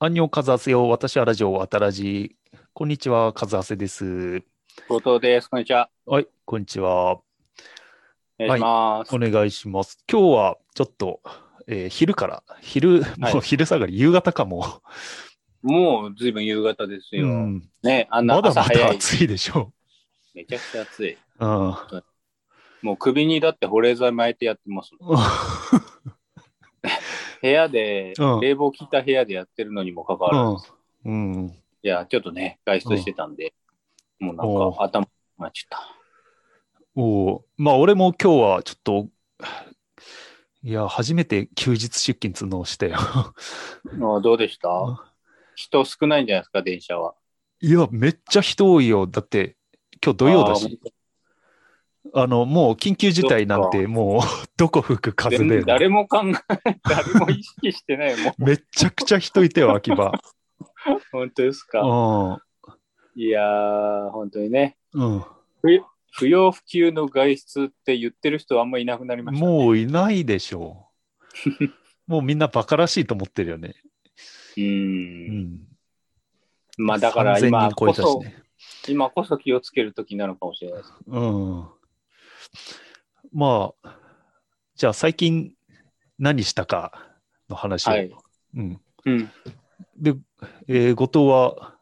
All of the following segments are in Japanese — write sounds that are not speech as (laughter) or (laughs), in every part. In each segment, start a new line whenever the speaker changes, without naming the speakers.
アンニョンカズアセよ。私はラジオわたらじ。こんにちは、カズアセです。
後藤です。こんにちは。
はい、こんにちは。
お願いします。
お願いします。今日はちょっと、えー昼から、昼、
はい
もう昼下がり、夕方かも。
もうずいぶん夕方です
う
よ。
ん、
ね、あんな
まだ
朝
ま
早い。
だ暑いでしょ
めちゃくちゃ暑い。
う。うん。
もう首にだって保冷剤巻いてやってますもん。部屋で、
うん
冷房効いた部屋でやってるのにもかかわらず、
うん。うん。
いや、ちょっとね、外出してたんで、もうなんか頭がちゃっ
おうまあ、俺も今日はちょっと、いや、初めて休日出勤つうのをしたよ。
た。あどうでした
うん
人少ないんじゃないですか、電車は。
いや、めっちゃ人多いよ。だって、今日土曜だし、あの、もう緊急事態なんて、もう、 (laughs) どこ吹く
あー。
風
全
で
然、誰も考え、誰も意識してない。もう、
めっちゃくちゃ人い
(laughs)
てよ、秋葉。
本当ですか。
う
いやー、本当にね。
ん。うん。
不要不急の外出って言ってる人はあんまいなくなりました、ね。
もういないでしょう。 (laughs) もうみんなバカらしいと思ってるよね。
う。
うんん。
まあだから
3000
今
人超
こ
えたし
そ、
ね。
今こそ気をつける時なのかもしれないです。
うん。まあ、じゃあ最近何したかの話を。
はい。
うん。
うん、
で、えー後藤は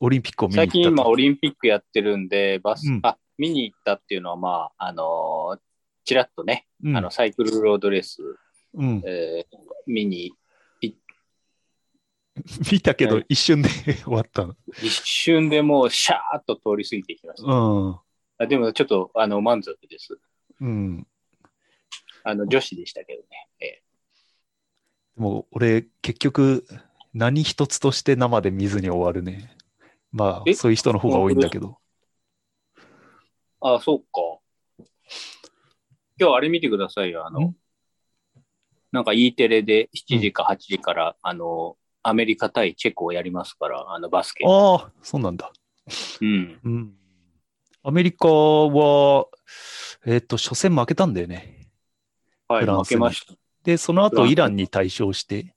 オリンピックを見に行
最
ったと
近今オリンピックやってるんで、バス、
うん
あ、見に行ったっていうのはまあ、あのーちらっとね、
うん、
あの、サイクルロードレース、
うん、
えー見に
見たけ
は
ど
い
一瞬で (laughs) 終わったの。
一瞬でもうシャーッと通り過ぎていきました。あでもちょっとあの満足です。
うん。うん。
あの女子でしたけどね。え
でも俺、結局、何一つとして生で見ずに終わるね。まあ、
え
そういう人の方が多いんだけど。
ーあ、そうか。今日あれ見てくださいよ。あの
ん、
なんか E テレで7時か8時から、あの、アメリカ対チェコをやりますから、あの、バスケ。
ああ、そうなんだ。
うん。
うん。アメリカは、えっ、と、初戦負けたんだよね。
はい、
フラン
負
スに
けました。
で、その
フラ
後
ンス
イランに対勝して、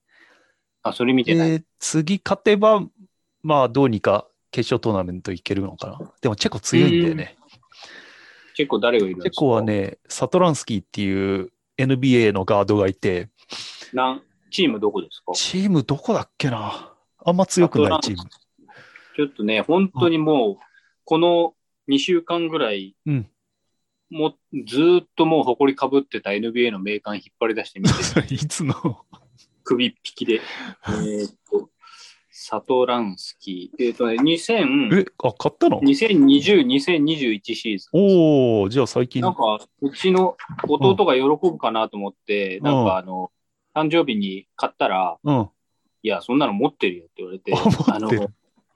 あ、それ見てない。
で、次勝てば、まあ、どうにか決勝トーナメントいけるのかな。でも、チェコ強いんだよね。
チェコ誰がいるんです
チ
か
ェコは。ね、サトランスキーっていう NBA のガードがいて、
なんチームどこですか
チームどこだっけなあんま強くないチーム。
ちょっとね、本当にもう、この2週間ぐらい、
うん
もうずーっともう埃かぶってた NBA の名鑑引っ張り出してみて、
それいつの
首っ引きで。えーっと、サトランスキー。えーっとね、
(laughs)
2000
え、あ、買ったの
2020、2021シーズン。
おおじゃあ最近。
なんか、うちの弟が喜ぶかなと思って、
ん
なんかあの、誕生日に買ったら、
うん。あ、
いや、そんなの持ってるよって言われて、
(laughs)
あ
持っ
の
てる。、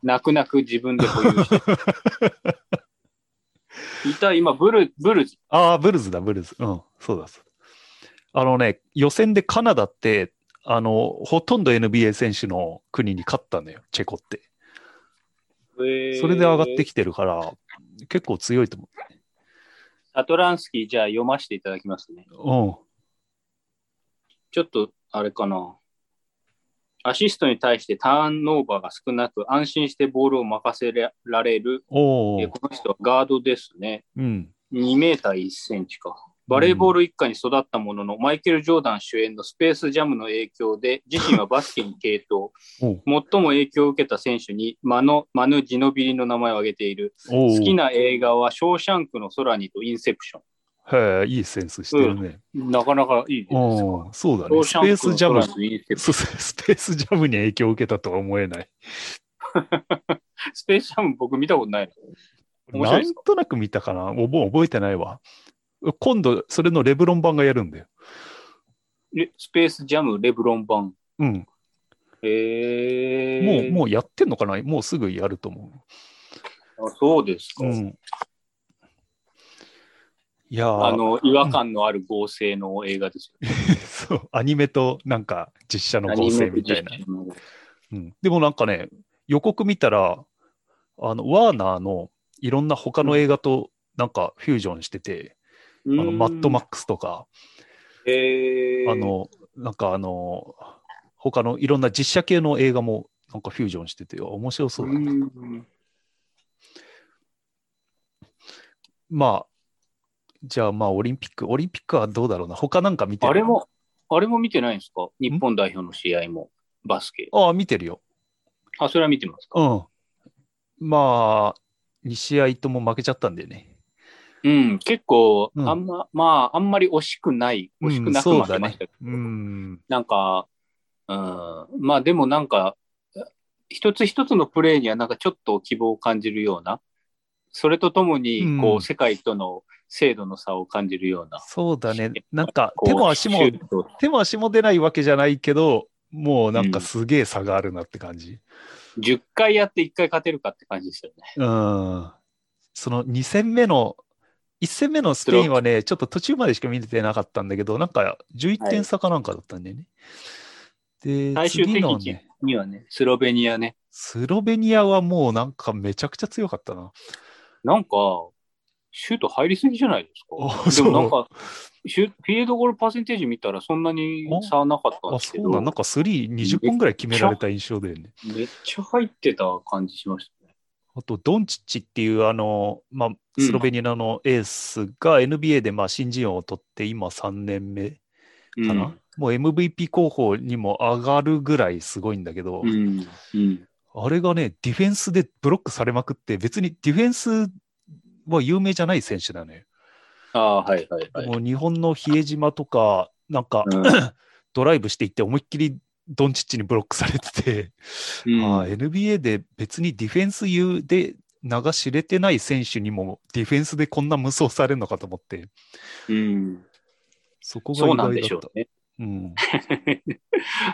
泣く泣く自分で保
(laughs)
有してた。いた、今、ブル、ブルズ。
ああ、ブルズだ、ブルズ。うん、そうだ、そうだ。あのね、予選でカナダって、あの、ほとんど NBA 選手の国に勝ったのよ、チェコって。
それ
それで上がってきてるから、結構強いと
アトランスキー、じゃあ読ませていただきますね。
思
ちょっと、あれかな。アシストに対してターンオーバーが少なく、安心してボールを任せられる。
う。うん。お
え
お
この人はガードですね。
うん。
2メーター1センチか。バレーボール一家に育ったものの、マイケル・ジョーダン主演のスペースジャムの影響で、自身はバスケに傾
(laughs)
倒。
お
最も影響を受けた選手にマノ、マヌ・ジノビリの名前を挙げている。
お
好き
な。
な映画は、ショーシャンクの空にとインセプショ
へえ、いいセンスしてるね。
ン。なかなかいいですね。
おおそうだ
ショ
ね。
ー
ス
シ
ペ
ャン
ース
ク
ジャム
の空にとインセプション
そうそうスペースジャムに影響を受けたとは思えない。
スペースジャム僕見たことない面白
ない
です
ん
か
となく見たかなおもう覚えてないわ。今度、それのレブロン版がやるんだよ。
の。えスペースジャムレブロン版。
うん。
へ
も
え
う、
う、も
もうやってんのかなもうすぐやると思
う。そうですか。
う。うん。いやー
あの、違和感のある合成の映画ですよ。
(laughs) そう、アニメとなんか実写の合成みたいな。
アニメの実写
うん、でもなんかね、予告見たら、あの、ワーナーのいろんな他の映画となんかフュージョンしてて、
の
あのマッドマッ
ク。
クスとか、
へえ
あ、の、なんかあの、他のいろんな実写系の映画もなんかフュージョンしてて、あ面白そうだな、
うん
まあ、じゃあまあオリンピック、オリンピックはどうだろうな。他なんか見てる
あれも、あれも見てないんですか日本代表の試合も、バスケ。
ああ、見てるよ。
あ、それは見てますか
うん。まあ、2試合とも負けちゃったんだよね。
うん、結構、
うん
あんま、まあ、あんまり惜しくない、惜しくなく
うん
負けましたけど、
そうだね。うん。
なんか、うん、まあでもなんか、一つ一つのプレーにはなんかちょっと希望を感じるような、それとともに、こう、
うん
世界との精度の差を感じるような。
そうだね。なんか
こう
手も足も
シュート
手も足も出ないわけじゃないけど、もうなんかすげえ差があるなって感じ。
10回やって1回勝てるかって感じですよね。
うん。その2戦目の、1戦目のスペインはね、ちょっと途中までしか見れてなかったんだけど、なんか11点差かなんかだったんだよね。で、
最終
次
的
のね、
にはね、スロベニアね、
スロベニアはもうなんかめちゃくちゃ強かったな。
なんか、シュート入りすぎじゃないです
あ
か。で
そう
もなんか、シュフィールドゴールパーセンテージ見たらそんなに差なかったん
あ、
ですけ
そうなん
ど、
なんか3、20本ぐらい決められた印象だよね。
めっちゃ入ってた感じしましたね。
あと、ドンチッチっていう、あの、まあ、
うん
スロベニアのエースが NBA でまあ新人王を取って、今3年目
うん
かな、もう MVP 候補にも上がるぐらいすごいんだけど、
うんうん
あれがね、ディフェンスでブロックされまくって、別にディフェンスは有名じゃない選手だね。
ああ、はいはいはい。
もう日本の比江島とか、なんか、
うん
ドライブしていって思いっきりドンチッチにブロックされてて、
うん
ああ NBA で別にディフェンス優で名が知れてない選手にもディフェンスでこんな無双されるのかと思って、
うん
そこが
そ
意
うな
外
んで
だっ
したょ。うね。 (laughs)
うん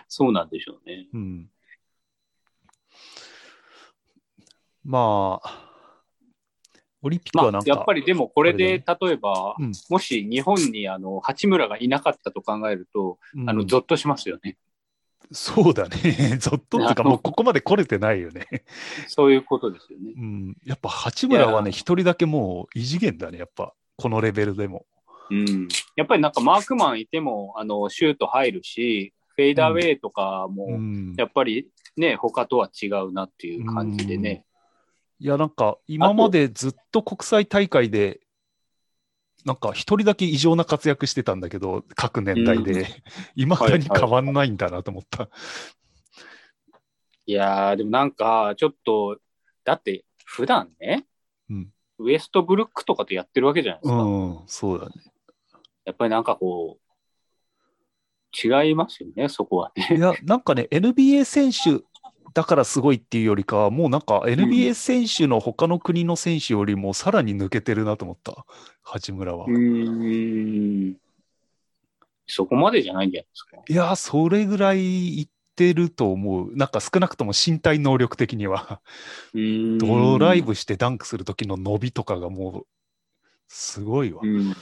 そうなんでしょうね。
うんまあ、オリンピックは
ま
な
あ
ん、か、
やっぱりでもこれ
あ
で、
れ
例えば、
うん
もし日本にあの八村がいなかったと考えると、
うん
あのゾッとしますよね。
そうだね、 (laughs) ゾッとっていうか、
あの
もうここまで来れてないよね。 (laughs)
そういうことですよね。
うん、やっぱ八村はいね、
や
一人だけもう異次元だね、やっぱ、このレベルでも。
うん、やっぱりなんかマークマンいてもあのシュート入るし、フェイダーウェイとか
う
も
ん、
やっぱりね、他とは違うなっていう感じでね。
いや、なんか、今までずっと国際大会で、なんか、一人だけ異常な活躍してたんだけど、各年代
う
で (laughs)
ん、
いま、だに変わんないんだなと思った。
いやー、でもなんかちょっと、だって普段ね、
うん
ウエストブルックとかとやってるわけじゃないですか。
うん、そうだね。
やっぱりなんかこう、違いますよね、そこはね。
いや、なんかね、NBA 選手だからすごいっていうよりかは、もうなんか NBA 選手の他の国の選手よりもさらに抜けてるなと思った、八村は。
う
い
ーん。そこまでじゃないんじゃないですか。
や、それぐらいいってると思う。なんか少なくとも身体能力的には、
うーん
ドライブしてダンクする時の伸びとかがもう、すごいわ
う。ん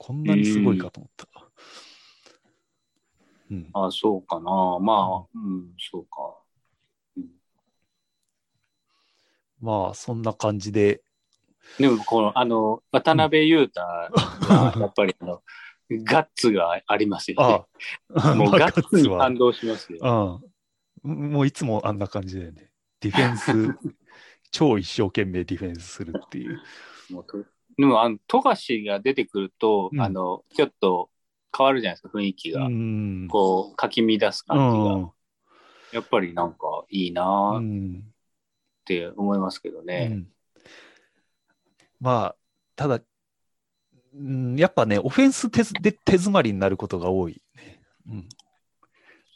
こんなにすごいかと思った。うん、
あ、そうかな。まあ、うん、そうか。
まあ、そんな感じで。
でも、この、あの、渡辺裕太は、やっぱり、あの、ガッツがありますよ
ああ、
ね。 (laughs) もう
まあ (laughs)
ガッツに感動しますよ。
うん。もういつもあんな感じだよね。ディフェン
(laughs)
ス、超一生懸命ディフェンスするっていう。
もうとでも、あの、富樫が出てくると、
うん
あの、ちょっと変わるじゃないですか、雰囲気
う
が。
ん。
こう、かき乱す
う
感じが。
ん
やっぱりなんかいいな
う
ーっ
ん
て思いますけど
う
ね。
んまあ、ただ、うんやっぱね、オフェンス手で手詰まりになることが多いね、うん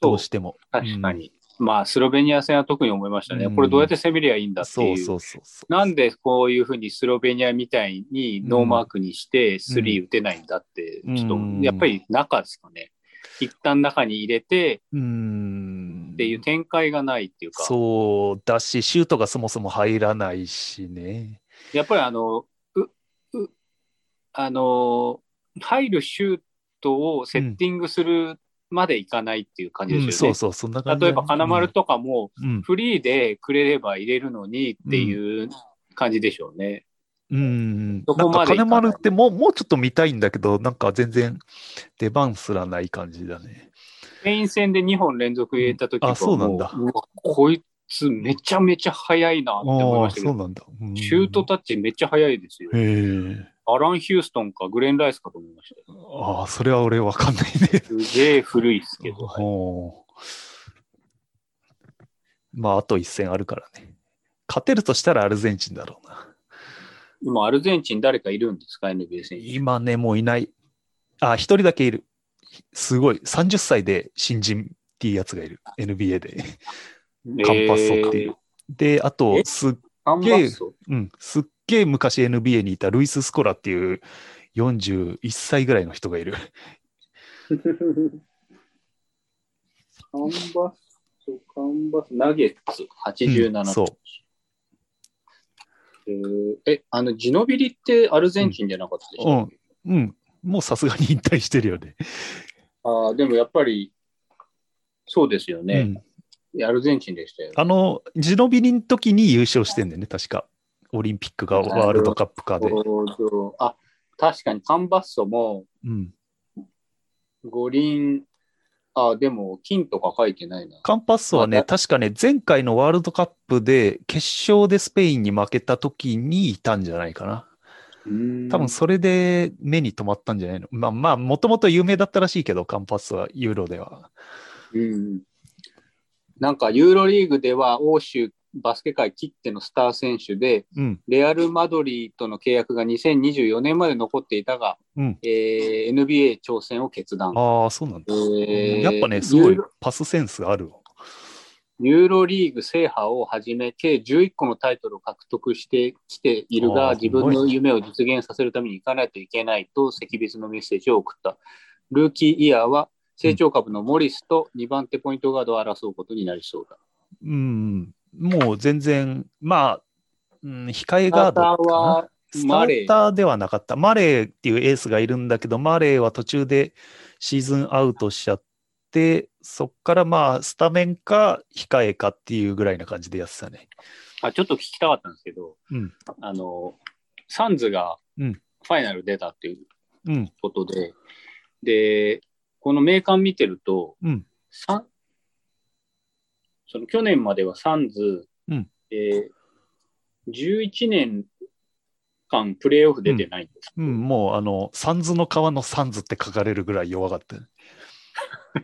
どうしても。
確かに。まあ、スロベニア戦は特に思いましたね。
うん
これどうやって攻めりゃいいんだって
そ
いうう。
そうそうそう。
なんでこういうふうにスロベニアみたいにノーマークにしてスリー打てないんだって、
うん
ちょっ
うん
とやっぱり中ですかね。一旦中に入れて
うん。
っていう展開がないっていうか、
そうだし、シュートがそもそも入らないしね。
やっぱりあの、う、う、あのー、入るシュートをセッティングするまでいかないっていう感じ
う
で
ん
すよ
そう
ね。
そう、そんな感じだ
例え
ね、
ば金丸とかも、
うん、
フリーでくれれば入れるのにっていう感じでしょうね。
うん、
そこ
なん
ま
か
でいか
金
ない
丸ってもうもうちょっと見たいんだけど、なんか全然出番すらない感じだね。
スペイン戦で2本連続入れた時
うんあ
は
そうな
も
んだ
ううわこいつめちゃめちゃ速いなって思い
あ
ま
あ、
したけ
そう
ど、
なんだ。うん
シュートタッチめっちゃ速いですよ。
へえ。
アラン・ヒューストンかグレン・ライスかと思いましたよ。
ああ、それは俺わかんないね。
すげえ古いです
(laughs)
けど。
おーまあ、あと一戦あるからね。勝てるとしたらアルゼンチンだろうな。
今、アルゼンチン誰かいるんですか ?NBA 選手。
今ね、もういない。あ、一人だけいる。すごい。30歳で新人っていうやつがいる。NBA で。カンパッソっていう。で、あと
え、
すっ
カンパッソ
うん、すっげえ昔 NBA にいたルイス・スコラっていう41歳ぐらいの人がいる。
カンバッソ、カンバッソ、ナゲッツ、87、
うんそう
えーえ、あの、ジノビリってアルゼンチンじゃなかったでし
う
ょ、
ん。うん。もうさすがに引退してるよね。
ああ、でもやっぱり、そうですよ
う
ね。
ん。
アルゼンチンでしたよね。
あの、ジノビリの時に優勝してんだよね、確か。オリンピックかワールドカップかで。
そうそうあ、確かにカンバッソも
うん。
五輪、あ、でも金とか書いてないな。
カンパッソはね、
ま
確かね、前回のワールドカップで決勝でスペインに負けた時にいたんじゃないかな。多
多
分それで目に留まったんじゃないの。まあまあ、もともと有名だったらしいけど、カンパッソはユーロでは。
うん、なんかユーロリーグでは欧州バスケ界きってのスター選手で、
うん。
レアル・マドリーとの契約が2024年まで残っていたが、
うん
えー NBA 挑戦を決断。
ああ、そうなんだ。
えー
やっぱね、すご
ユ
い
ーロ
パスセンスあるわ。
ユーロリーグ制覇をはじめ、計11個のタイトルを獲得してきている
あ
が、
ー
自分
すご
の
い
夢を実現させるために行かないといけないと、赤別のメッセージを送った。ルーキーイヤーは、成長株のモリスと2番手ポイントガードを争うことになりそうだ。
うん。もう全然、まあ、うん、控え
ス
ガー
タ
ド
ータ
か
ー
な。
は
スタ
マレ
ー
ー
ターではなかった。マレーっていうエースがいるんだけど、マレーは途中でシーズンアウトしちゃって、そっからまあ、スタメンか控えかっていうぐらいな感じでやってたね。
あ、ちょっと聞きたかったんですけど、
うん
あの、サンズが
う
フ
ん
ァイナル出たっていう
うん、
ことで、で、この名鑑見てると、
うん、
サンその去年まではサンズ、
うん
えー11年間プレーオフ出てないんです。
うん、もうあの、サンズの川のサンズって書かれるぐらい弱かったね。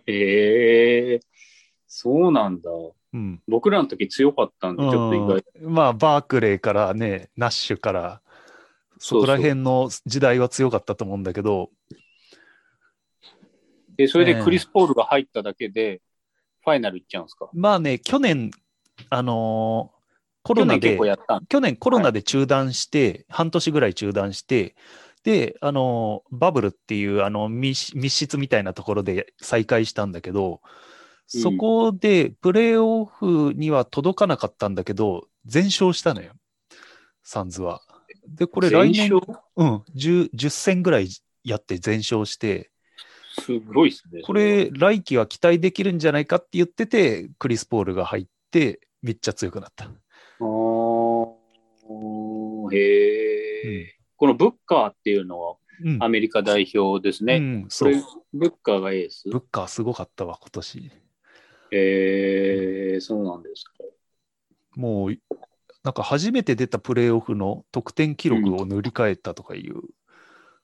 へえ、そうなんだ。
うん。
僕らの時強かったんで、ちょっと意外。
うんまあ、バークレーからね、ナッシュから、そこら辺の時代は強かったと思うんだけど、
で、それ
え
で
え
クリス・ポールが入っただけで、ファイナル行っちゃうんですか
まあね、去年、あのーコ
コ
ロナで、
結構やったん
去年コロナで中断して、半年ぐらい中断して、で、あの、バブルっていうあの密密室みたいなところで再開したんだけど、
うん
そこでプレーオフには届かなかったんだけど、全勝したのよ、サンズは。で、これ来年
全、勝
うん、10, 10戦ぐらいやって全勝して、
すごいですね。
これ来季は期待できるんじゃないかって言ってて、クリス・ポールが入って、めっちゃ強くなった。
あーへえ、このブッカーっていうのは
うん。
アメリカ代表です
う
ね。
ん、
こ
そう
れ。ブッカーがエース
ブ。ッカーすごかったわ、今年。
へえそうなんですか。
もう、なんか初めて出たプレーオフの得点記録を塗り替えたとかいう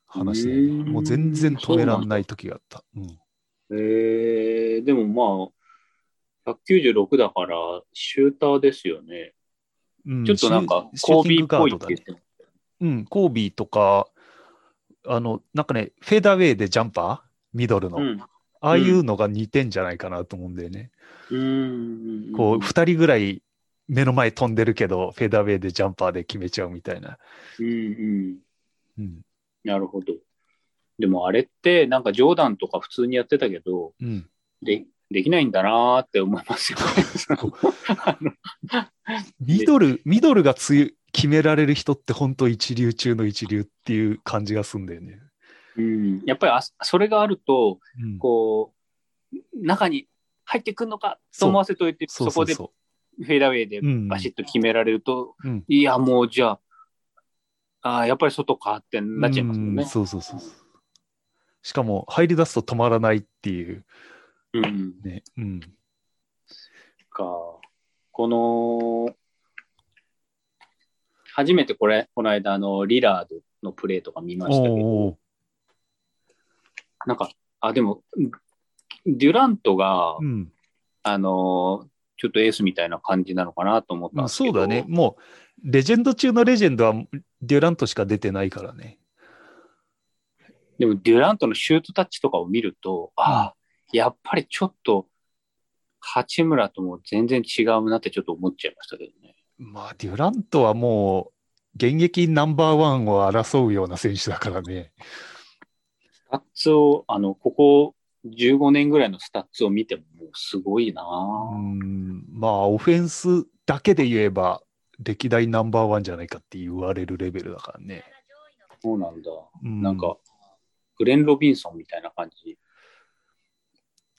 話で、
うん
もう全然止めらんない時があった。うん、
へえでもまあ、196だからシューターですよね。
うん
ちょっとなんか、
シュ
コ
ーシュ
ー
テ
ビ
ィング
ーっ
ガ
ぽい
ー
っ
ド
て
だ
言っ
ね。
て
う
も
ん、コービーとか、あの、なんかね、フェーダーウェイでジャンパーミドルの、
うん。
ああいうのが似てんじゃないかなと思うんだよね。
うん。
こう、2人ぐらい目の前飛んでるけど、フェーダーウェイでジャンパーで決めちゃうみたいな。
うんうん。
うん。
なるほど。でもあれって、なんかジョーダンとか普通にやってたけど、
うん。
でできないんだなーって思いますよ。あの
ミドル、ミドルがつゆ決められる人って本当一流中の一流っていう感じがすんだよね。
うん、やっぱりあそれがあると
うん、
こう中に入ってくるのかと思わせといてそ
そうそう
こ
そ
でフェーダーウェイで
う。うん、
バシッと決められると、
うん
いやもうじゃああーやっぱり外かってなっちゃいますもんね。
うんそうそうそうそう。しかも入り出すと止まらないっていう。
うん。
ね。うん。
か。この、初めてこれ、この間、あの、リラードのプレーとか見ましたけど、
おー
なんか、あ、でも、デュラントが、
うん。
あの、ちょっとエースみたいな感じなのかなと思ったん
まあ、
ですけ
そ
ど。
うだね。。もう、レジェンド中のレジェンドはデュラントしか出てないからね。
でも、デュラントのシュートタッチとかを見ると、ああ、やっぱりちょっと、八村とも全然違うなってちょっと思っちゃいましたけどね。
まあ、デュラントはもう、現役ナンバーワンを争うような選手だからね。
スタッツを、あの、ここ15年ぐらいのスタッツを見ても、もうすごいな
う
ぁ
ん。まあ、オフェンスだけで言えば、歴代ナンバーワンじゃないかって言われるレベルだからね。
そうなんだ。
う
なんか、、グレン・ロビンソンみたいな感じ。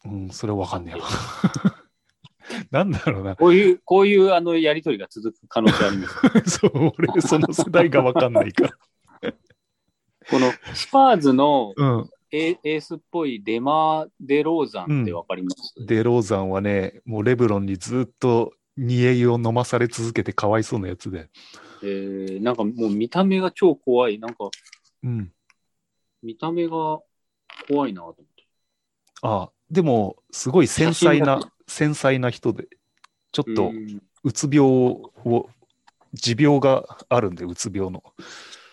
うん、それわかんねえわ。 (laughs) なんだろうな。 (laughs)
こういう、こういう、あの、やりとりが続く可能性あります。
そう、俺、その世代がわかんない
(laughs)
から。
この、スパーズの
うん。
エエースっぽいデマー・デローザンってわかります、
デローザンはね、もうレブロンにずっと、煮え湯を飲まされ続けてかわいそうなやつで。
えーなんかもう見た目が超怖い。なんか、
うん。
見た目が怖いなと思って。
ああでも、すごい繊細
写真
な、繊細な人で、ちょっと
う、ん
うつ病を、持病があるんで、うつ病の。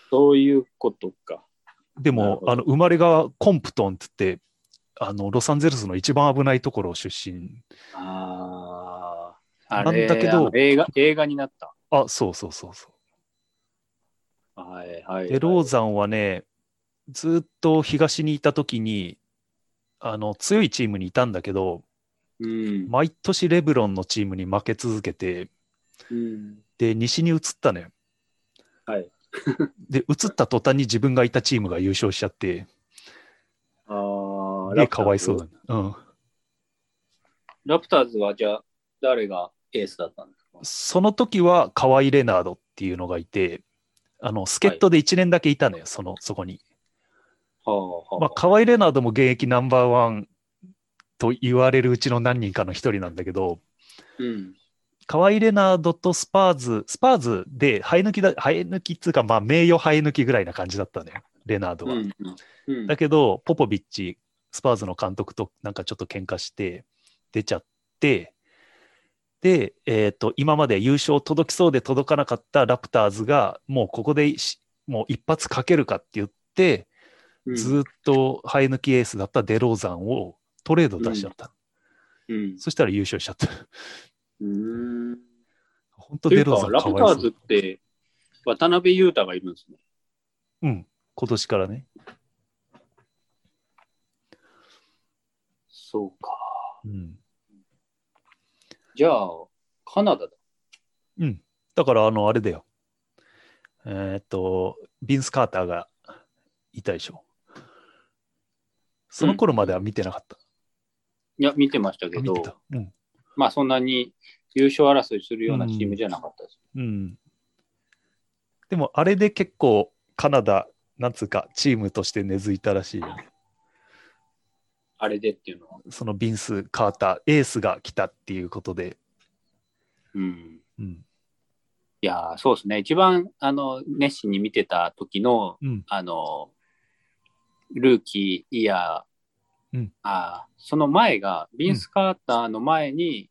そういうことか。
で
なる
も
ほ、ど
あの、生まれがコンプトンって言って、あの、ロサンゼルスの一番危ないところ出身。
ああ。あれ
なんだけど
あの映画、映画になった。
あ、そうそうそうそう。
はいはい。
で、ローザンはね、ずっと東にいた時に、あの、強いチームにいたんだけど、
うん。
毎年レブロンのチームに負け続けて、
うん。
で、西に移ったのよ。
はい。
で、移った途端に自分がいたチームが優勝しちゃって、
ああ。
で、かわいそう
だ
だな。うん。
ラプターズはじゃあ、誰がエースだったんですか
その時は、河合レナードっていうのがいて、あの、助っ人で1年だけいたのよ、その、そこに。
はあはあ。
まあ、河合レナードも現役ナンバーワンと言われるうちの何人かの一人なんだけど、
うん。
河合レナードとスパーズ、スパーズで生え抜きだ、生え抜きっつうか、まあ、名誉生え抜きぐらいな感じだったのよ、レナード
う
は。
ん。うん。
だけど、ポポビッチ、スパーズの監督となんかちょっと喧嘩して、出ちゃって、で、えっ、と、今まで優勝届きそうで届かなかったラプターズが、もうここでし、もう一発かけるかって言って、
うん
ずーっと生え抜きエースだったデローザンをトレード出しちゃった。
うん。
そしたら優勝しちゃっ
(laughs)
た。
うん。
本当
とい
デ
う
ロー
か
ザ、ン
ラ
か
プタ
わい
ー
そ
ズ
う。
って、渡辺裕太がいるんですね。
うん、今年からね。
そうか。
うん。
じゃあ、カナダだ。
うん。だから、あの、あれだよ。えーっと、ビンス・カーターがいたでしょ。その頃までは見てなかった。
いや、見てましたけ
あ見てた
ど、。
うん。
まあそんなに優勝争いするようなチームじゃなかったです。
うん。でも、あれで結構、カナダ、なんつうか、チームとして根付いたらしいよね。
あれでっていうのは。
そのビンス・カーター、エースが来たっていうことで。
うん。
うん。
いやー、そうですね。一番、あの、熱心に見てた時の、
うん。
あの、ルーキーイヤー、
うん
あーその前が、ビンス・カーターの前に、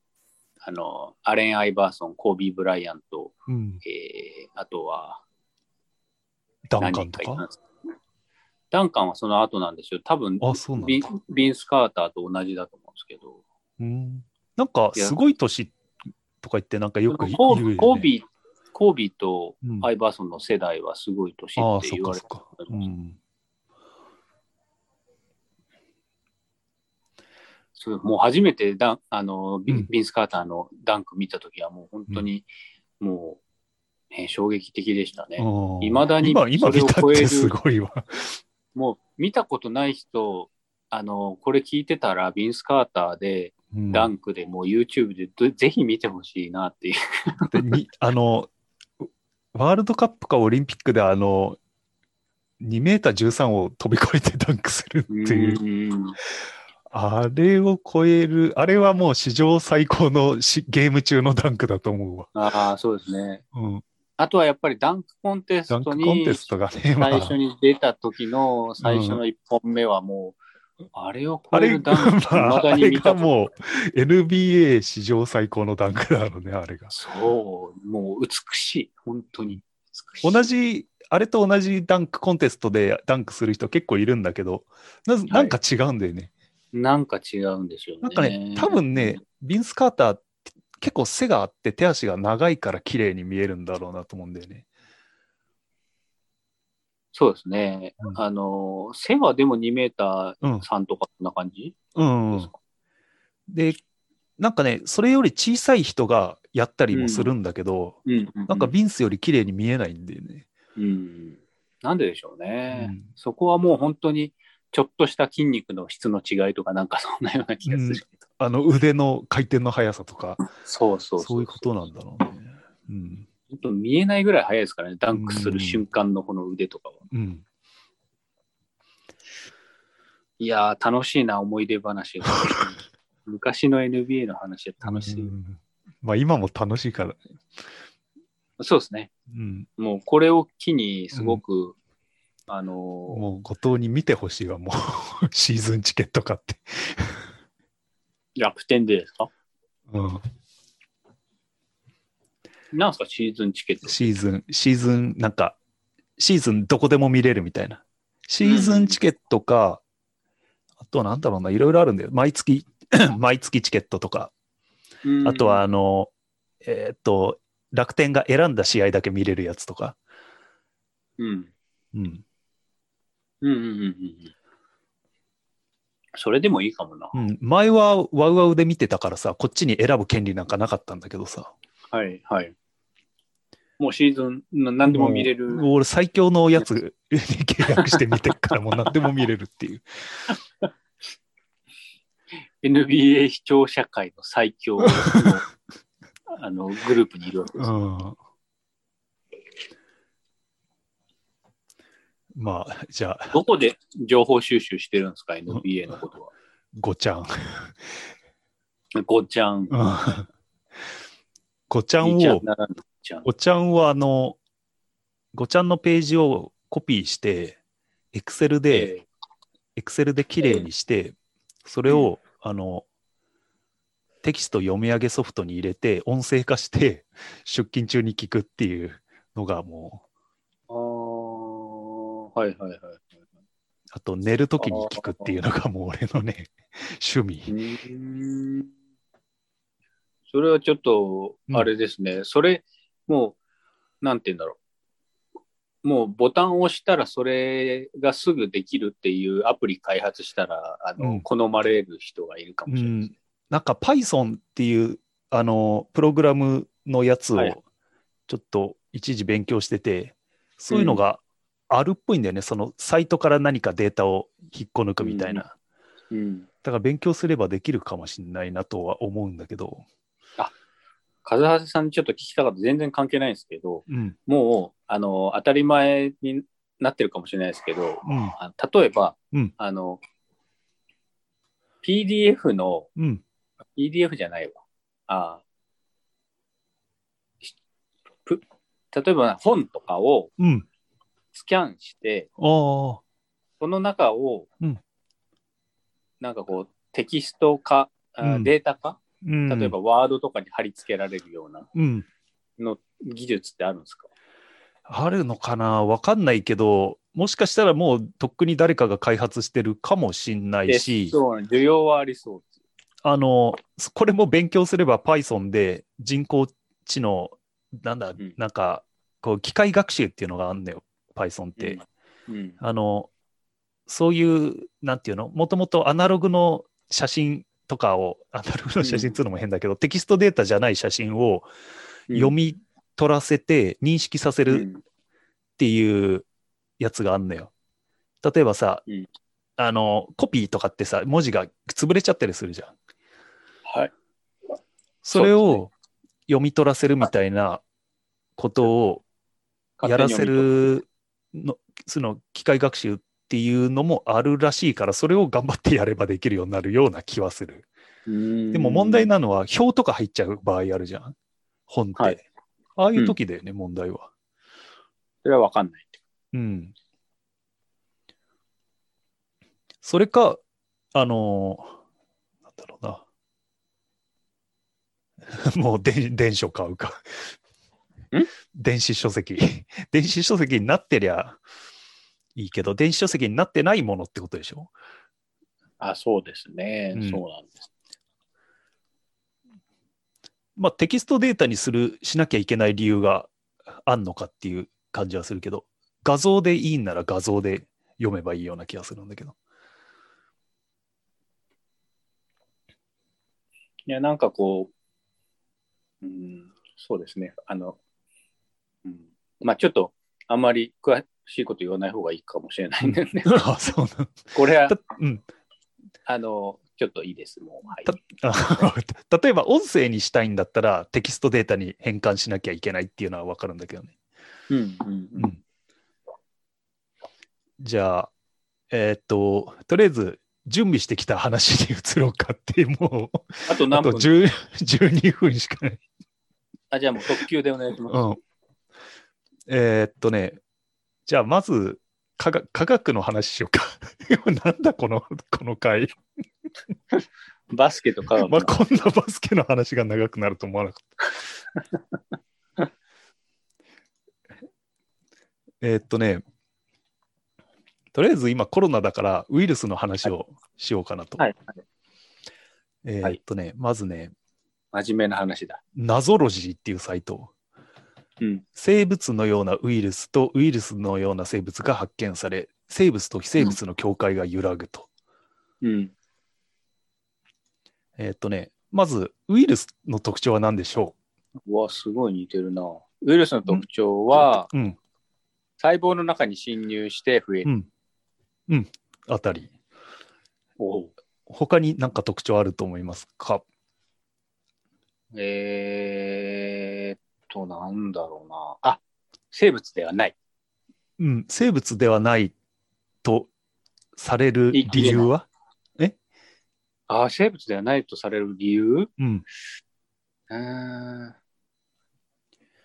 あの、アレン・アイバーソン、コービー・ブライアント、
うん。
えー、あとは
ダン
何
カン
人
と
かいたん
か
ですかダンカンはその後なんですよ。多分
あ、そうなんだ
ビ。ンビンス・カーターと同じだと思うんですけど。
うん。なんか、すごい年とか言って、なんかよく言うよ
コ
ね
ーコービー、コービーと
うん
アイバーソンの世代はすごい年
ああ、
って
そっ
言
か
われ
そ
て
っか。うん。
そうもう初めてダンあのビ,、
うん
ビンス・カーターのダンク見たときはもう本当に、もう、ね、衝撃的でしたね。
い
未だに
今、今
それ
見
を
たっ
超え
て
る
すごいわ。
もう見たことない人、あのこれ聞いてたらビンス・カーターで
うん
ダンクでもう YouTube でどぜひ見てほしいなってい
で
う。
にあの、ワールドカップかオリンピックであの、2メーター13を飛び越えてダンクするっていう、
うん
あれを超える、あれはもう史上最高のしゲーム中のダンクだと思うわ。
ああ、そうですね。
うん、
あとはやっぱりダンクコンテス
ダンク
ト
コン
に
テストがね、ま
最初
あ、
に出た時の最初の1本目はもう、あれを超
あ
え
れ、
る
ま
ダン
あ、
ク、未だ
あ
に
れ
見
が
たこと
もう NBA 史上最高のダンクだろうね、あれが。
そう、もう美しい、本当に。美しい
同じ、あれと同じダンクコンテストでダンクする人結構いるんだけど、なぜ
い
なんか違うんだよね。
なんか違うんですよね。
なんかね、多分ね、ビンス・カーターって結構背があって手足が長いから綺麗に見えるんだろうなと思うんだよね。
そうですね。
うん
あの、背はでも2メータ
うん
ー3とかそんな感じ
うん、
ですか、
で、なんかね、それより小さい人がやったりもするんだけど、
うんうう
なんか、ビンスより綺麗に見えないんだよね。
うん。なんででしょうね、
うん
そこはもう本当に、ちょっとした筋肉の質の違いとか、なんかそんなような気がするけど。
あの腕の回転の速さとか、
そうそう
そういうことなんだろうね。うん。
本当見えないぐらい速いですからね、ダンクする瞬間のこの腕とかは。
うん。
いやー、楽しいな、思い出話が。 (laughs) 昔の NBA の話は楽しい。
うんまあ今も楽しいからね。
そうですね。
うん。
もうこれを機に、すごく、あのー
もう後藤に見てほしいわ、もう (laughs) シーズンチケット買って。
楽天でですか
うん。
なんですか、シーズンチケット。
シーズン、シーズン、なんか、シーズンどこでも見れるみたいな。シーズンチケットか、あとはなんだろうな、いろいろあるんだよ。毎月、 (coughs) 毎月チケットとか、
うん
あとは、あの、えーっと、楽天が選んだ試合だけ見れるやつとか。
うん、
うん。
うんうんうんうん。それでもいいかもな。
うん、前はワウワウで見てたからさ、こっちに選ぶ権利なんかなかったんだけどさ。
はいはい。もうシーズン、な何でも見れる。
もう俺最強のやつに契約して見てっから、もう何でも見れるっていう。
NBA 視聴者界の最強
(laughs)
のあのグループにいるわけです。
うんまあ、じゃあ、
どこで情報収集してるんですか、NBA のことは。
ごちゃん。
ごっちゃん。
うんごちゃん
いいちゃん
を、
ならぬごっちゃん。
ごちゃんはあの、ごちゃんのページをコピーして、Excel で、
え
Excel で綺麗にして、それを、あの、テキスト読み上げソフトに入れて、音声化して、出勤中に聞くっていうのがもう、
ーあーはいはいはいはい。
あと寝るときに聞くっていうのがもう俺のね、 (laughs) 趣味。
うーんそれはちょっと、あれですね、それ、もう、なんて言うんだろう。もうボタンを押したらそれがすぐできるっていうアプリ開発したら、あの、
うん
好まれる人がいるかもしれないですね。
なんか Python っていうあのプログラムのやつを
はい
ちょっと一時勉強してて、そういうのがあるっぽいんだよね、そのサイトから何かデータを引っこ抜くみたいな、
うんうん。
だから勉強すればできるかもしれないなとは思うんだけど、
風橋さんにちょっと聞きたかった、全然関係ないんですけど、
うん
もう、あの、当たり前になってるかもしれないですけど、
うん
あの例えば、
うん
あの、PDF の、
うん、
PDF じゃないわ。あーしぷ例えば本とかを
うん、
スキャンして、
ああ、
その中を、
うん
なんかこうテキスト化、あー
うん
データ化、
うん、
例えば、ワードとかに貼り付けられるような
うん、
の技術ってあるんですか
あるのかな、わかんないけど、もしかしたらもうとっくに誰かが開発してるかもしんないし。
そうね、需要はありそうです。
あの、そこれも勉強すれば Python で人工知能、なんだ、
ん
なんか、こう、機械学習っていうのがあんのよ、Python って。
うん
あの、そういう、なんていうの、もともとアナログの写真とかを、アナログの写真っていうのも変だけど、テキストデータじゃない写真を読み取らせて認識させ
う
る
ん
っていうやつがあんのよ。例えばさ、
うん
あの、コピーとかってさ、文字が潰れちゃったりするじゃん。
はい。
それを読み取らせるみたいなことをやらせるの、その機械学習っっていうのもあるらしいから、それを頑張ってやればできるようになるような気はする。
で
でも問題なのは、表とか入っちゃう場合あるじゃん。本って。
はい
ああいう時だよね、問題は。
それは分かんない。
うん。それか、あのーなんだ (laughs) ろうな。もう電電書買うか。
ん
電子書籍。 (laughs) 電子書籍になってりゃいいけど、電子書籍になってないものってことでしょ
あ、そうですね。
うん
そうなんです。
まあテキストデータにする、しなきゃいけない理由があんのかっていう感じはするけど、画像でいいんなら画像で読めばいいような気がするんだけど。
いや、なんかこう、うん、そうですね。あの、うん、まあちょっと、あんまり詳しいこと言わない方がいいかもしれないん (laughs) でね。
あそうなん
これは
だ、うん。
あの、ちょっといいです。もう、はい。
あ (laughs) 例えば音声にしたいんだったらテキストデータに変換しなきゃいけないっていうのは分かるんだけどね。
うんうんうん
うんじゃあ、えーっと、とりあえず準備してきた話に移ろうかって、もう、
あと
あ
何
と
分
10 12分しかない。
あじゃあもう特急でお願いします。
うん。えーっとね、じゃあまず科学、科学の話しようか。なん (laughs) だこの、この回。
バスケとか
(laughs)
は、
まあ、こんなバスケの話が長くなると思わなかっ
(laughs)
た。えーっとね、とりあえず今コロナだからウイルスの話をしようかなと。
はい、
えーっとね、まずね、
真面目な話だ。
ナゾロジーっていうサイト。
うん。
生物のようなウイルスとウイルスのような生物が発見され、生物と非生物の境界が揺らぐと。
うん。
えーっとね、まずウイルスの特徴は何でしょ
うわ、すごい似てるな。ウイルスの特徴は、
ううん、
細胞の中に侵入して増え
う
る。
ん、うん、あたり。
おう
他に何か特徴あると思いますか
えーっと、なんだろうな。あ、生物ではない。
うん、生物ではないとされる理由は
あ、生物ではないとされる理由
うん。
うーん。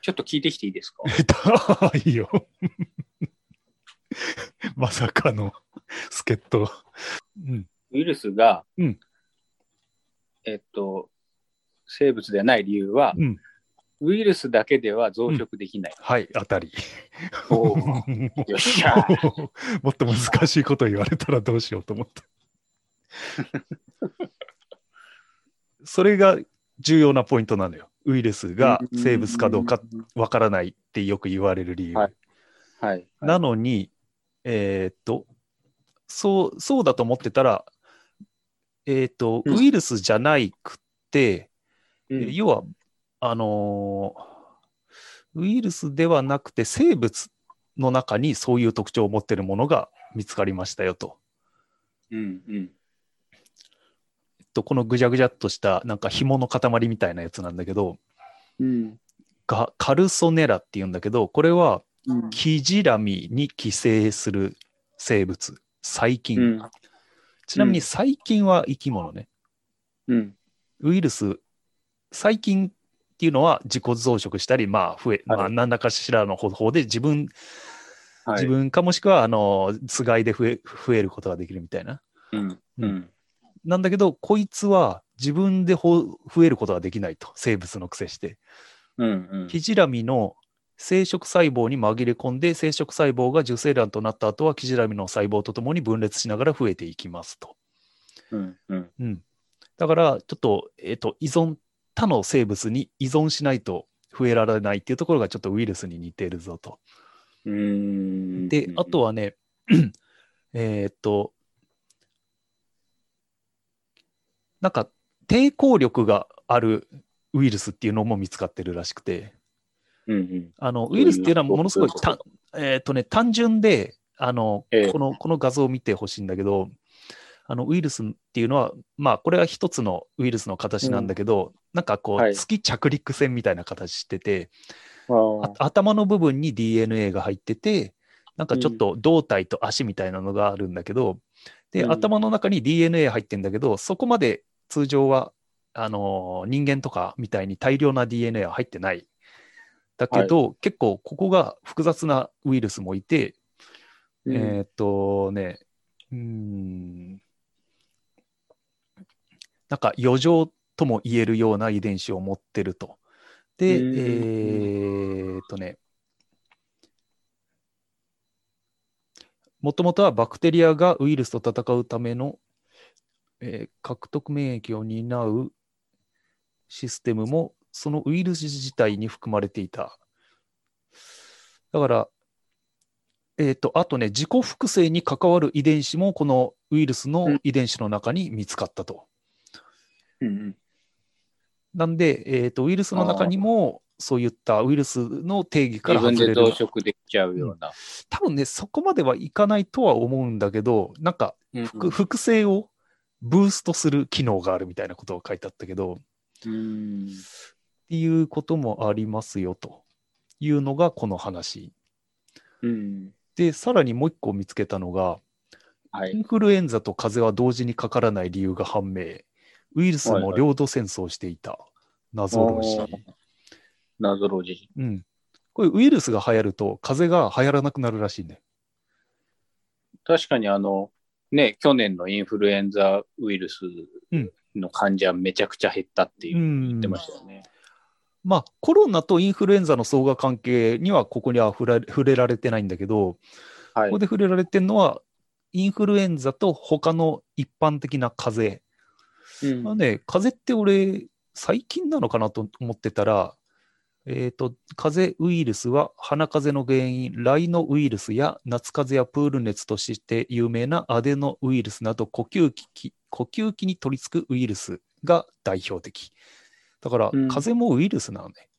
ちょっと聞いてきていいですか
えっと、 (laughs) いいよ。まさかの助っ人。うん。
ウイルスが、
うん
えっと、生物ではない理由は、
うん。
ウイルスだけでは増殖できない。
はい、あ (laughs) たり。
おうよっしゃ
(laughs) もっと難しいこと言われたらどうしようと思 (laughs) った。それが重要なポイントなのよ。ウイルスが生物かどうかわからないってよく言われる理由。
はいはい。
なのに、えーっとそう、そうだと思ってたら、えーっと、
うん
ウイルスじゃないくって、
うん
要は、あのーウイルスではなくて生物の中にそういう特徴を持っているものが見つかりましたよと。
うんうん。
えっと、このぐじゃぐじゃっとした、なんか紐の塊みたいなやつなんだけど、
うん。
がカルソネラっていうんだけど、これは
うん
キジラミに寄生する生物、細菌。
うん
ちなみ
う
に
ん
細菌は生き物ね。
うん。
ウイルス、細菌っていうのは自己増殖したり、まあ、増え、ま
は
あ、
い
何らかしらの方法で自分、
はい
自分かもしくは、あの、つがいで増え、増えることができるみたいな。
うん。うん。
なんだけど、こいつは自分でほ増えることができないと、生物の癖して。
うんうん。
キジラミの生殖細胞に紛れ込んで、生殖細胞が受精卵となった後は、キジラミの細胞とともに分裂しながら増えていきますと。
うんうん。
うん、だから、ちょっと,、えっと依存、他の生物に依存しないと増えられないっていうところが、ちょっとウイルスに似てるぞと。
うーん
で、あとはね、 (clears throat) えーっと、なんか抵抗力があるウイルスっていうのも見つかってるらしくて、
うんうん
あのウイルスっていうのはものすごい
どういうこ
た、えーっとね、単純で、あの
ええ
このこの画像を見てほしいんだけど、あのウイルスっていうのは、まあ、これは一つのウイルスの形なんだけど、なんかこう、
はい
月着陸船みたいな形してて、
あー
あ頭の部分に DNA が入ってて、なんかちょっと胴体と足みたいなのがあるんだけど、で、
うん
頭の中に DNA 入ってんだけど、そこまで通常は、あのー人間とかみたいに大量な DNA は入ってない。だけど、結構ここが複雑なウイルスもいて、
うん
えーっとね、うーん、なんか余剰とも言えるような遺伝子を持ってると。で、え
うん
ーっとね、もともとはバクテリアがウイルスと戦うための、えー獲得免疫を担うシステムも、そのウイルス自体に含まれていた。だから、えー、とあとね、自己複製に関わる遺伝子も、このウイルスの遺伝子の中に見つかったと。
うん
なんで、えー、とウイルスの中にも、そういったウイルスの定義から
自
外
分
れ
で
る
増殖できちゃうような。
多分ね、そこまではいかないとは思うんだけど、なんか
う
複
ん
複製をブーストする機能があるみたいなことが書いてあったけど、っ
うん
ていうこともありますよというのがこの話。
うん
で、さらにもう一個見つけたのが、
は
イン
い。
フルエンザと風邪は同時にかからない理由が判明。ウイルス
はい
も
はい
領土戦争していた。謎同士。
おー謎ロジ。
うん。これウイルスが流行ると風邪が流行らなくなるらしいね。
確かにあの、ね、去年のインフルエンザウイルスの患者めちゃくちゃ減ったっていうう、
ん
言ってましたよね。
まあコロナとインフルエンザの相関関係にはここには触ら触れられてないんだけど、
は
こ
い
こ。で触れられてるのはインフルエンザと他の一般的な風邪。
うん
まあね、風邪って俺、最近なのかなと思ってたら、えっ、と、風邪ウイルスは鼻風邪の原因、雷のウイルスや夏風邪やプール熱として有名なアデノウイルスなど呼吸器、呼吸器に取り付くウイルスが代表的。だから、
うん
風邪もウイルスなのね。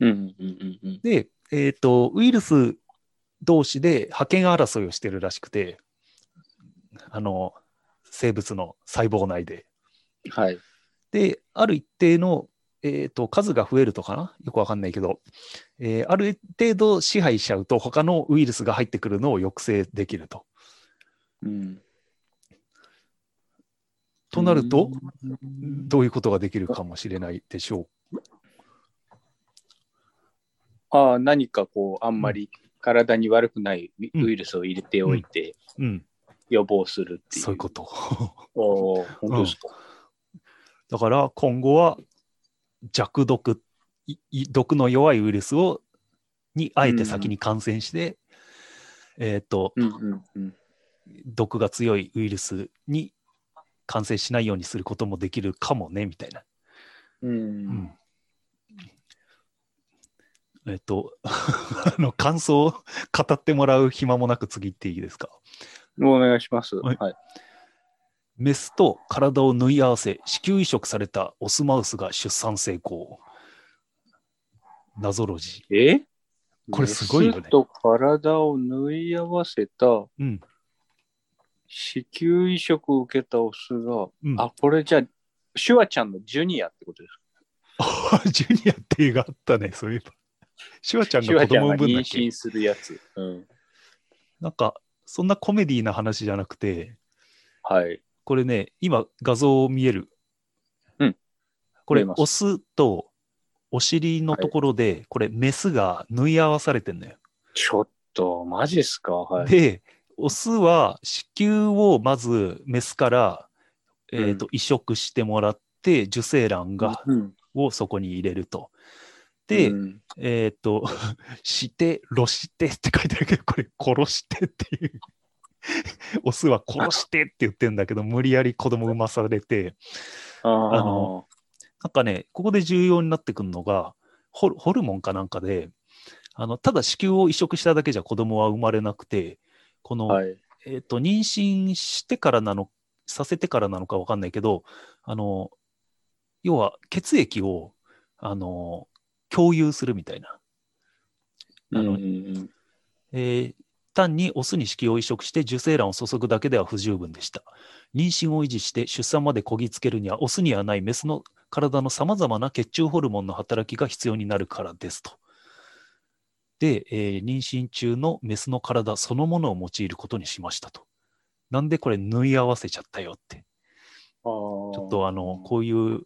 うんうんうんうん
で、えっ、と、ウイルス同士で覇権争いをしてるらしくて、あの、生物の細胞内で。
はい。
で、ある一定の、えー、と数が増えるとかな、よくわかんないけど、えーある程度支配しちゃうと、他のウイルスが入ってくるのを抑制できると。
うん
となると、どういうことができるかもしれないでしょ
ああ、何かこう、あんまり体に悪くないウイ
うん
ウイルスを入れておいて
う。うん、
予防するっていう。
そういうこと。
おー本当ですか。
だから、今後は弱毒、いい毒の弱いウイルスをにあえて先に感染して、えっ、と、
うんうんうん。
毒が強いウイルスに感染しないようにすることもできるかもね、みたいな。
う
うんんえっと、 (laughs) あの感想を (laughs) 語ってもらう暇もなく次行っていいですか。
お願いします。
はい
はい。
メスと体を縫い合わせ、子宮移植されたオスマウスが出産成功。謎ロジ
え
これすごいよね
メスと体を縫い合わせた
ー。うん。
子宮移植を受けたオスが、
うん、
あ、これじゃあ、シュワちゃんのジュニアってことですか
(laughs) ジュニアって映画あったね、そういえば。シュワちゃん
シュ
の
ワ
子
ちゃん
供
が
分
妊
だっけ
娠するやつ。うん。
なんか、そんなコメディな話じゃなくて、
はい。
これね、今画像見える。
うん。
これ、
見えます
オスとお尻のところで、これ、メスが縫い合わされてんのよ。
ちょっと、マジっすかはい。
で、オスは子宮をまずメスから、えーと移植してもらって、受精卵が、
うん、
をそこに入れると。で、
うん
えっ、と、 (laughs) して、ろしてって書いてあるけど、これ、殺してって
(laughs)
いう。オスは殺してって言ってんだけど、無理やり子供産まされて、
あ
あの
の、
なんかね、ここで重要になってくるのが、ホルホルモンかなんかで、あのただ子宮を移植しただけじゃ子供は生まれなくて、この、
はい。
えっと妊娠してからなの、させてからなのか分かんないけど、あの要は血液をあの共有するみたいな。あの
うんうん
えー単にオスに子宮を移植して受精卵を注ぐだけでは不十分でした。妊娠を維持して出産までこぎつけるには、オスにはないメスの体のさまざまな血中ホルモンの働きが必要になるからですと。で、えー妊娠中のメスの体そのものを用いることにしましたと。なんでこれ縫い合わせちゃったよって。
ち
ちょ
ょ
っとあの、こういう、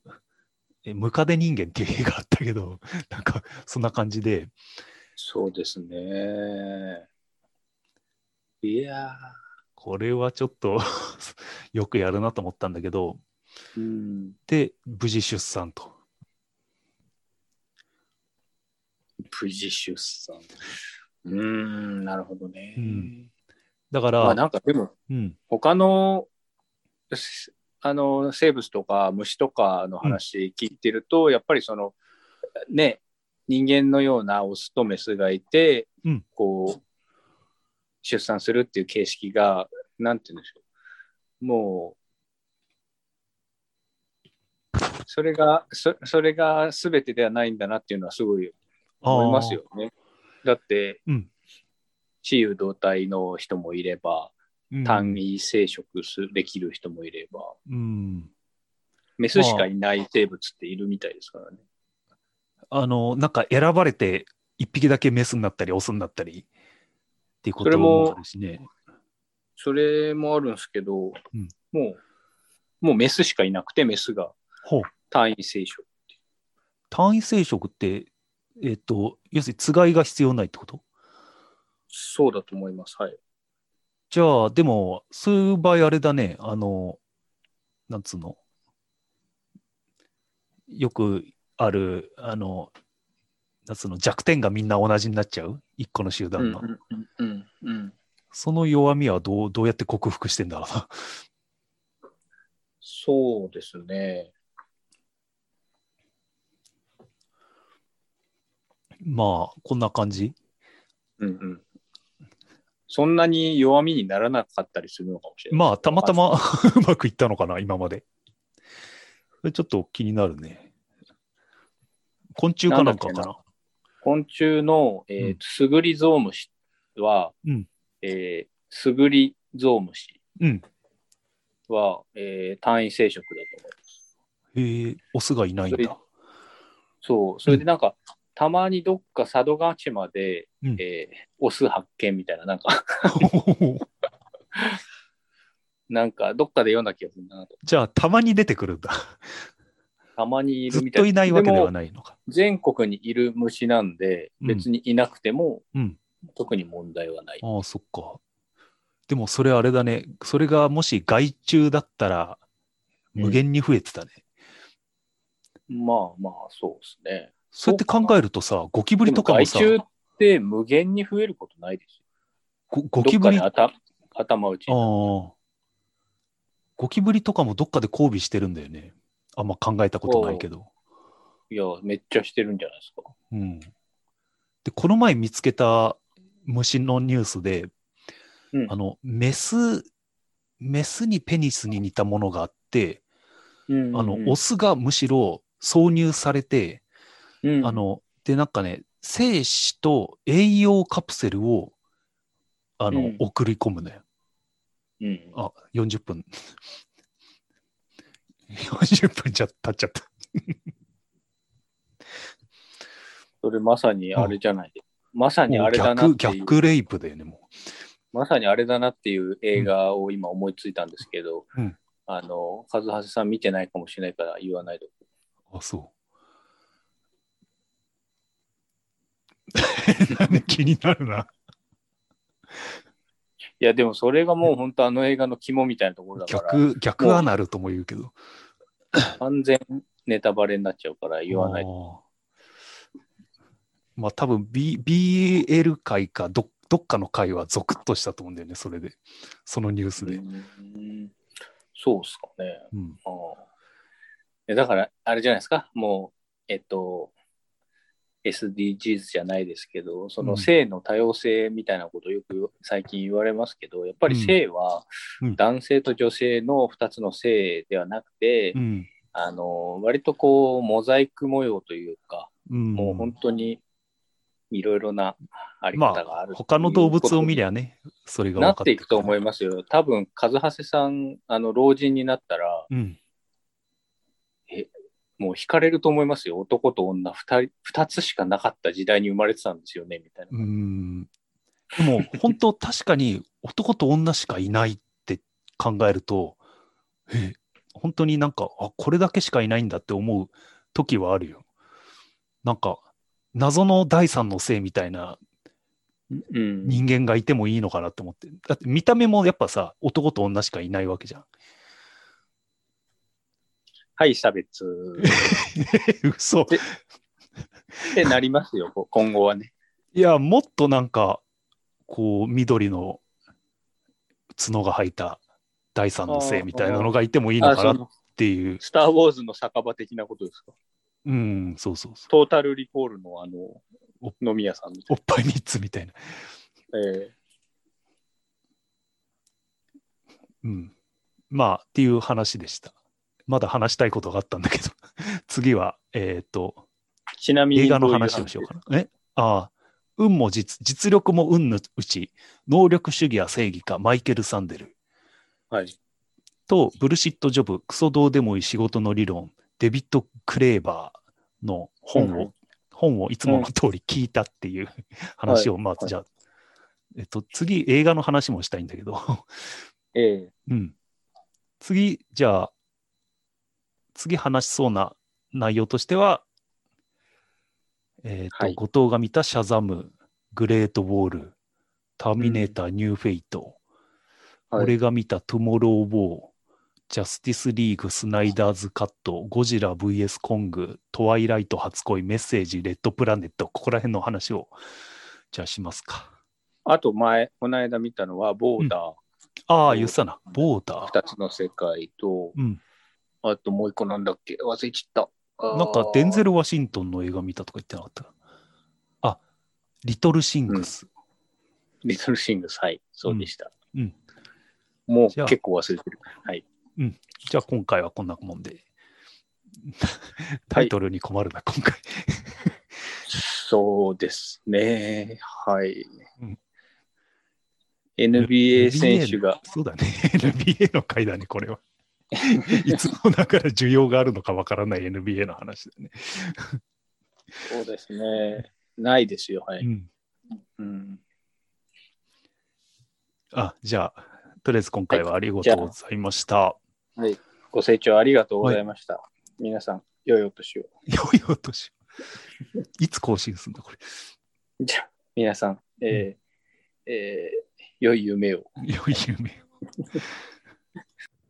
えムカデ人間っていう映画あったけど、なんかそんな感じで、
そうですね。いや
これはちょっと (laughs) よくやるなと思ったんだけど、
ー、うん、
で、無事出産と。
無事出産。うーん、なるほどね。
うんだか
ま
ら、
あなんかでも、
うん、
他の、すあの、生物とか虫とかの話聞いてると、やっぱりその、ね、人間のようなオスとメスがいて、
うん
こう、出産するっていう形式が、なんて言うんでしょう。もう、それが、そそれが全てではないんだなっていうのはすごい思いますよね。だって、
うん
雌雄同体の人もいれば、
あー。うん
単位生殖すできる人もいれば、
うん。
メスしかいない生物っているみたいですからね。
あの、なんか選ばれて、一匹だけメスになったり、オスになったりっていうこ
それ
と
も
あるしね。
それもあるんですけど、
うん
もう、もうメスしかいなくて、メスが
ほう。
単位生殖。
単位生殖って、えっ、と、要するにつがいが必要ないってこと
そうだと思います。はい。
じゃあ、でも、そういう場合あれだね、あの、なんつうの、よくある、あの、なんつうの、弱点がみんな同じになっちゃう一個の集
うん
団の。
うんうんうんうん
その弱みはどう、どうやって克服してんだろう (laughs) な。
そうですね。
まあ、こんな感じ。
うんうん。そんなに弱みにならなかったりするのかもしれない。
まあ、たまたま (laughs) うまくいったのかな、今まで。それちょっと気になるね。昆虫かなんかかな。
なんだ昆虫の、えー
うん
スグリゾウムシは、
うん
えースグリゾウムシ
うん。
は、えー単位生殖だと思う。
へえ、オスがいないんだ。
そう、それでなんか、たまにどっか佐渡島で、
うん
えーオス発見みたいな、なんか、 (laughs) なんかどっかで読んだ気がするな。
(laughs) じゃあ、たまに出てくるんだ。
たまにい
ず
る
っ
みた
とい
いな。
ないわけでは
も
ないのか。
全国にいる虫なんで、
うん
別にいなくても、
うん
特に問題はない。
ああ、そっか。でも、それあれだね。それがもし害虫だったら、無限に増えてたね。
まあまあ、そうですね。
そうやって考えるとさ、ゴキブリとかもさ、
で害虫って無限に増えることないですよ
ゴゴキブリ
どっかに頭頭打ちになる。
ああ。ゴキブリとかもどっかで交尾してるんだよね。あんま考えたことないけど。
いや、めっちゃしてるんじゃないですか。
うん。で、この前見つけた虫のニュースで、
うん
あの、メス、メスにペニスに似たものがあって、あの、オスがむしろ挿入されて、
うん
あ、の、で、なんかね、精子と栄養カプセルを、あの、
うん
送り込むのよ。
うん、
あ、40分。40分じゃ経っちゃった。
それまさにあれじゃない。まさに
も
あ
う
れだなっ
逆、
ていう、
逆レイプだよね、も
まさにあれだなっていう映画を今思いついたんですけど、
うん
あの、和橋さん見てないかもしれないから言わないと。
う。 (laughs) あ、そう。なんで気になるな。
いや、でもそれがもう本当あの映画の肝みたいなところだから、
逆、逆アナルとも言うけど。
完全ネタバレになっちゃうから言わない
あ
と。
ーまあ多分、B、BL 界かど、どっかの界はゾクッとしたと思うんだよね、それで。そのニュースで。
うんそうっすかね。
うん。
ああえだから、あれじゃないですか、もう、えっと、SDGs じゃないですけど、そ
うん
の性の多様性みたいなことよく最近言われますけど、やっぱり性は
うん
男性と女性の2つの性ではなくて、
うん。
あの割とこうモザイク模様というか、
うん、
もう本当にいろいろなあり
ま
方がある
あ、他の動物を見り
ゃ
ゃね、それが
な
分
っ
かってて
いくと思い
ま
ますよ。多分、和橋さん、あの老人になったら、
す。うん。
もう惹かれると思いますよ。男と女二人、二つしかなかった時代に生まれてたんですよね、みたいな。
うん。でも、本当確かに男と女しかいないって考えると、え、本当になんか、あ、これだけしかいないんだって思う時はあるよ。なんか、謎の第三の性みたいな
うん。
人間がいてもいいのかなって思って。だって見た目もやっぱさ、男と女しかいないわけじゃん。 (laughs)
はい、差別
嘘。
ってなりますよ、こ (laughs) 今後はね。
いや、もっとなんか、こう、緑の角が生えた第三の性みたいなのがいてもいいの
あ
かな
そ
っ
の
ていう。
スター・ウォーズの酒場的なことですか。
うん、そうそうそう。
トータル・リコールのあの、飲み屋さんみた
お
い
っぱい3つみたいな。
な。え
うん。まあ、っていう話でした。まだ話したいことがあったんだけど、 (laughs) 次は、えっ、と、
ーちなみに
映画の話をしようかな。えああ、運も実実力も運のうち、能力主義や正義か、マイケル・サンデル。
う。はい。
と、ブルシット・ジョブ、クソどうでもいい仕事の理論、デビッド・クレーバーの本を、
うん
本をいつもの通り聞いたっていう話を、まあ、
はい
じゃあ、えっと、次、映画の話もしたいんだけど、
ええ
うん。次、じゃあ、次話しそうな内容としては、えっ、と、
はい
後藤が見たシャザム、グレートウォール、ターミネーター、ニューフェイト、
はい
俺が見たトゥモロー・ウォー、ジャスティス・リーグ、スナイダーズ・カット、ゴジラ VS コング、トワイライト、初恋、メッセージ、レッドプラネット、ここら辺の話を、じゃあしますか。
あと前、この間見たのは、ボーダ
あ
う
あ、
ん
言ってたな。ボーダ
ー、
ー。
二つの世界と、
うん。
あともう一個なんだっけ、忘れちゃった。あー
なんか、デンゼル・ワシントンの映画見たとか言ってなかった。あ、リトル・シングス。
リトルシングス、はい、そうでした。
うん
もう
じゃあ
結構忘れてる。はい。
じゃあ、今回はこんなもんで。タイトルに困るな、今回。
そうですね。はい。
うん
NBA 選手が、
そうだね。NBA (laughs) の回だね、こ
(laughs)
れは。いつもだから需要があるのかわからない NBA の話だね。
そうですね。ないですよ、は
う
い。
ん、
うん、
あじゃあ、とりあえず今回はありがとうございました。
はい。ご清聴ありがとうございました。皆さん、良いお年を。
よいお年を。いつ更新するんだ、これ。
じゃあ皆さん、えーえー良い夢を。
良い夢を。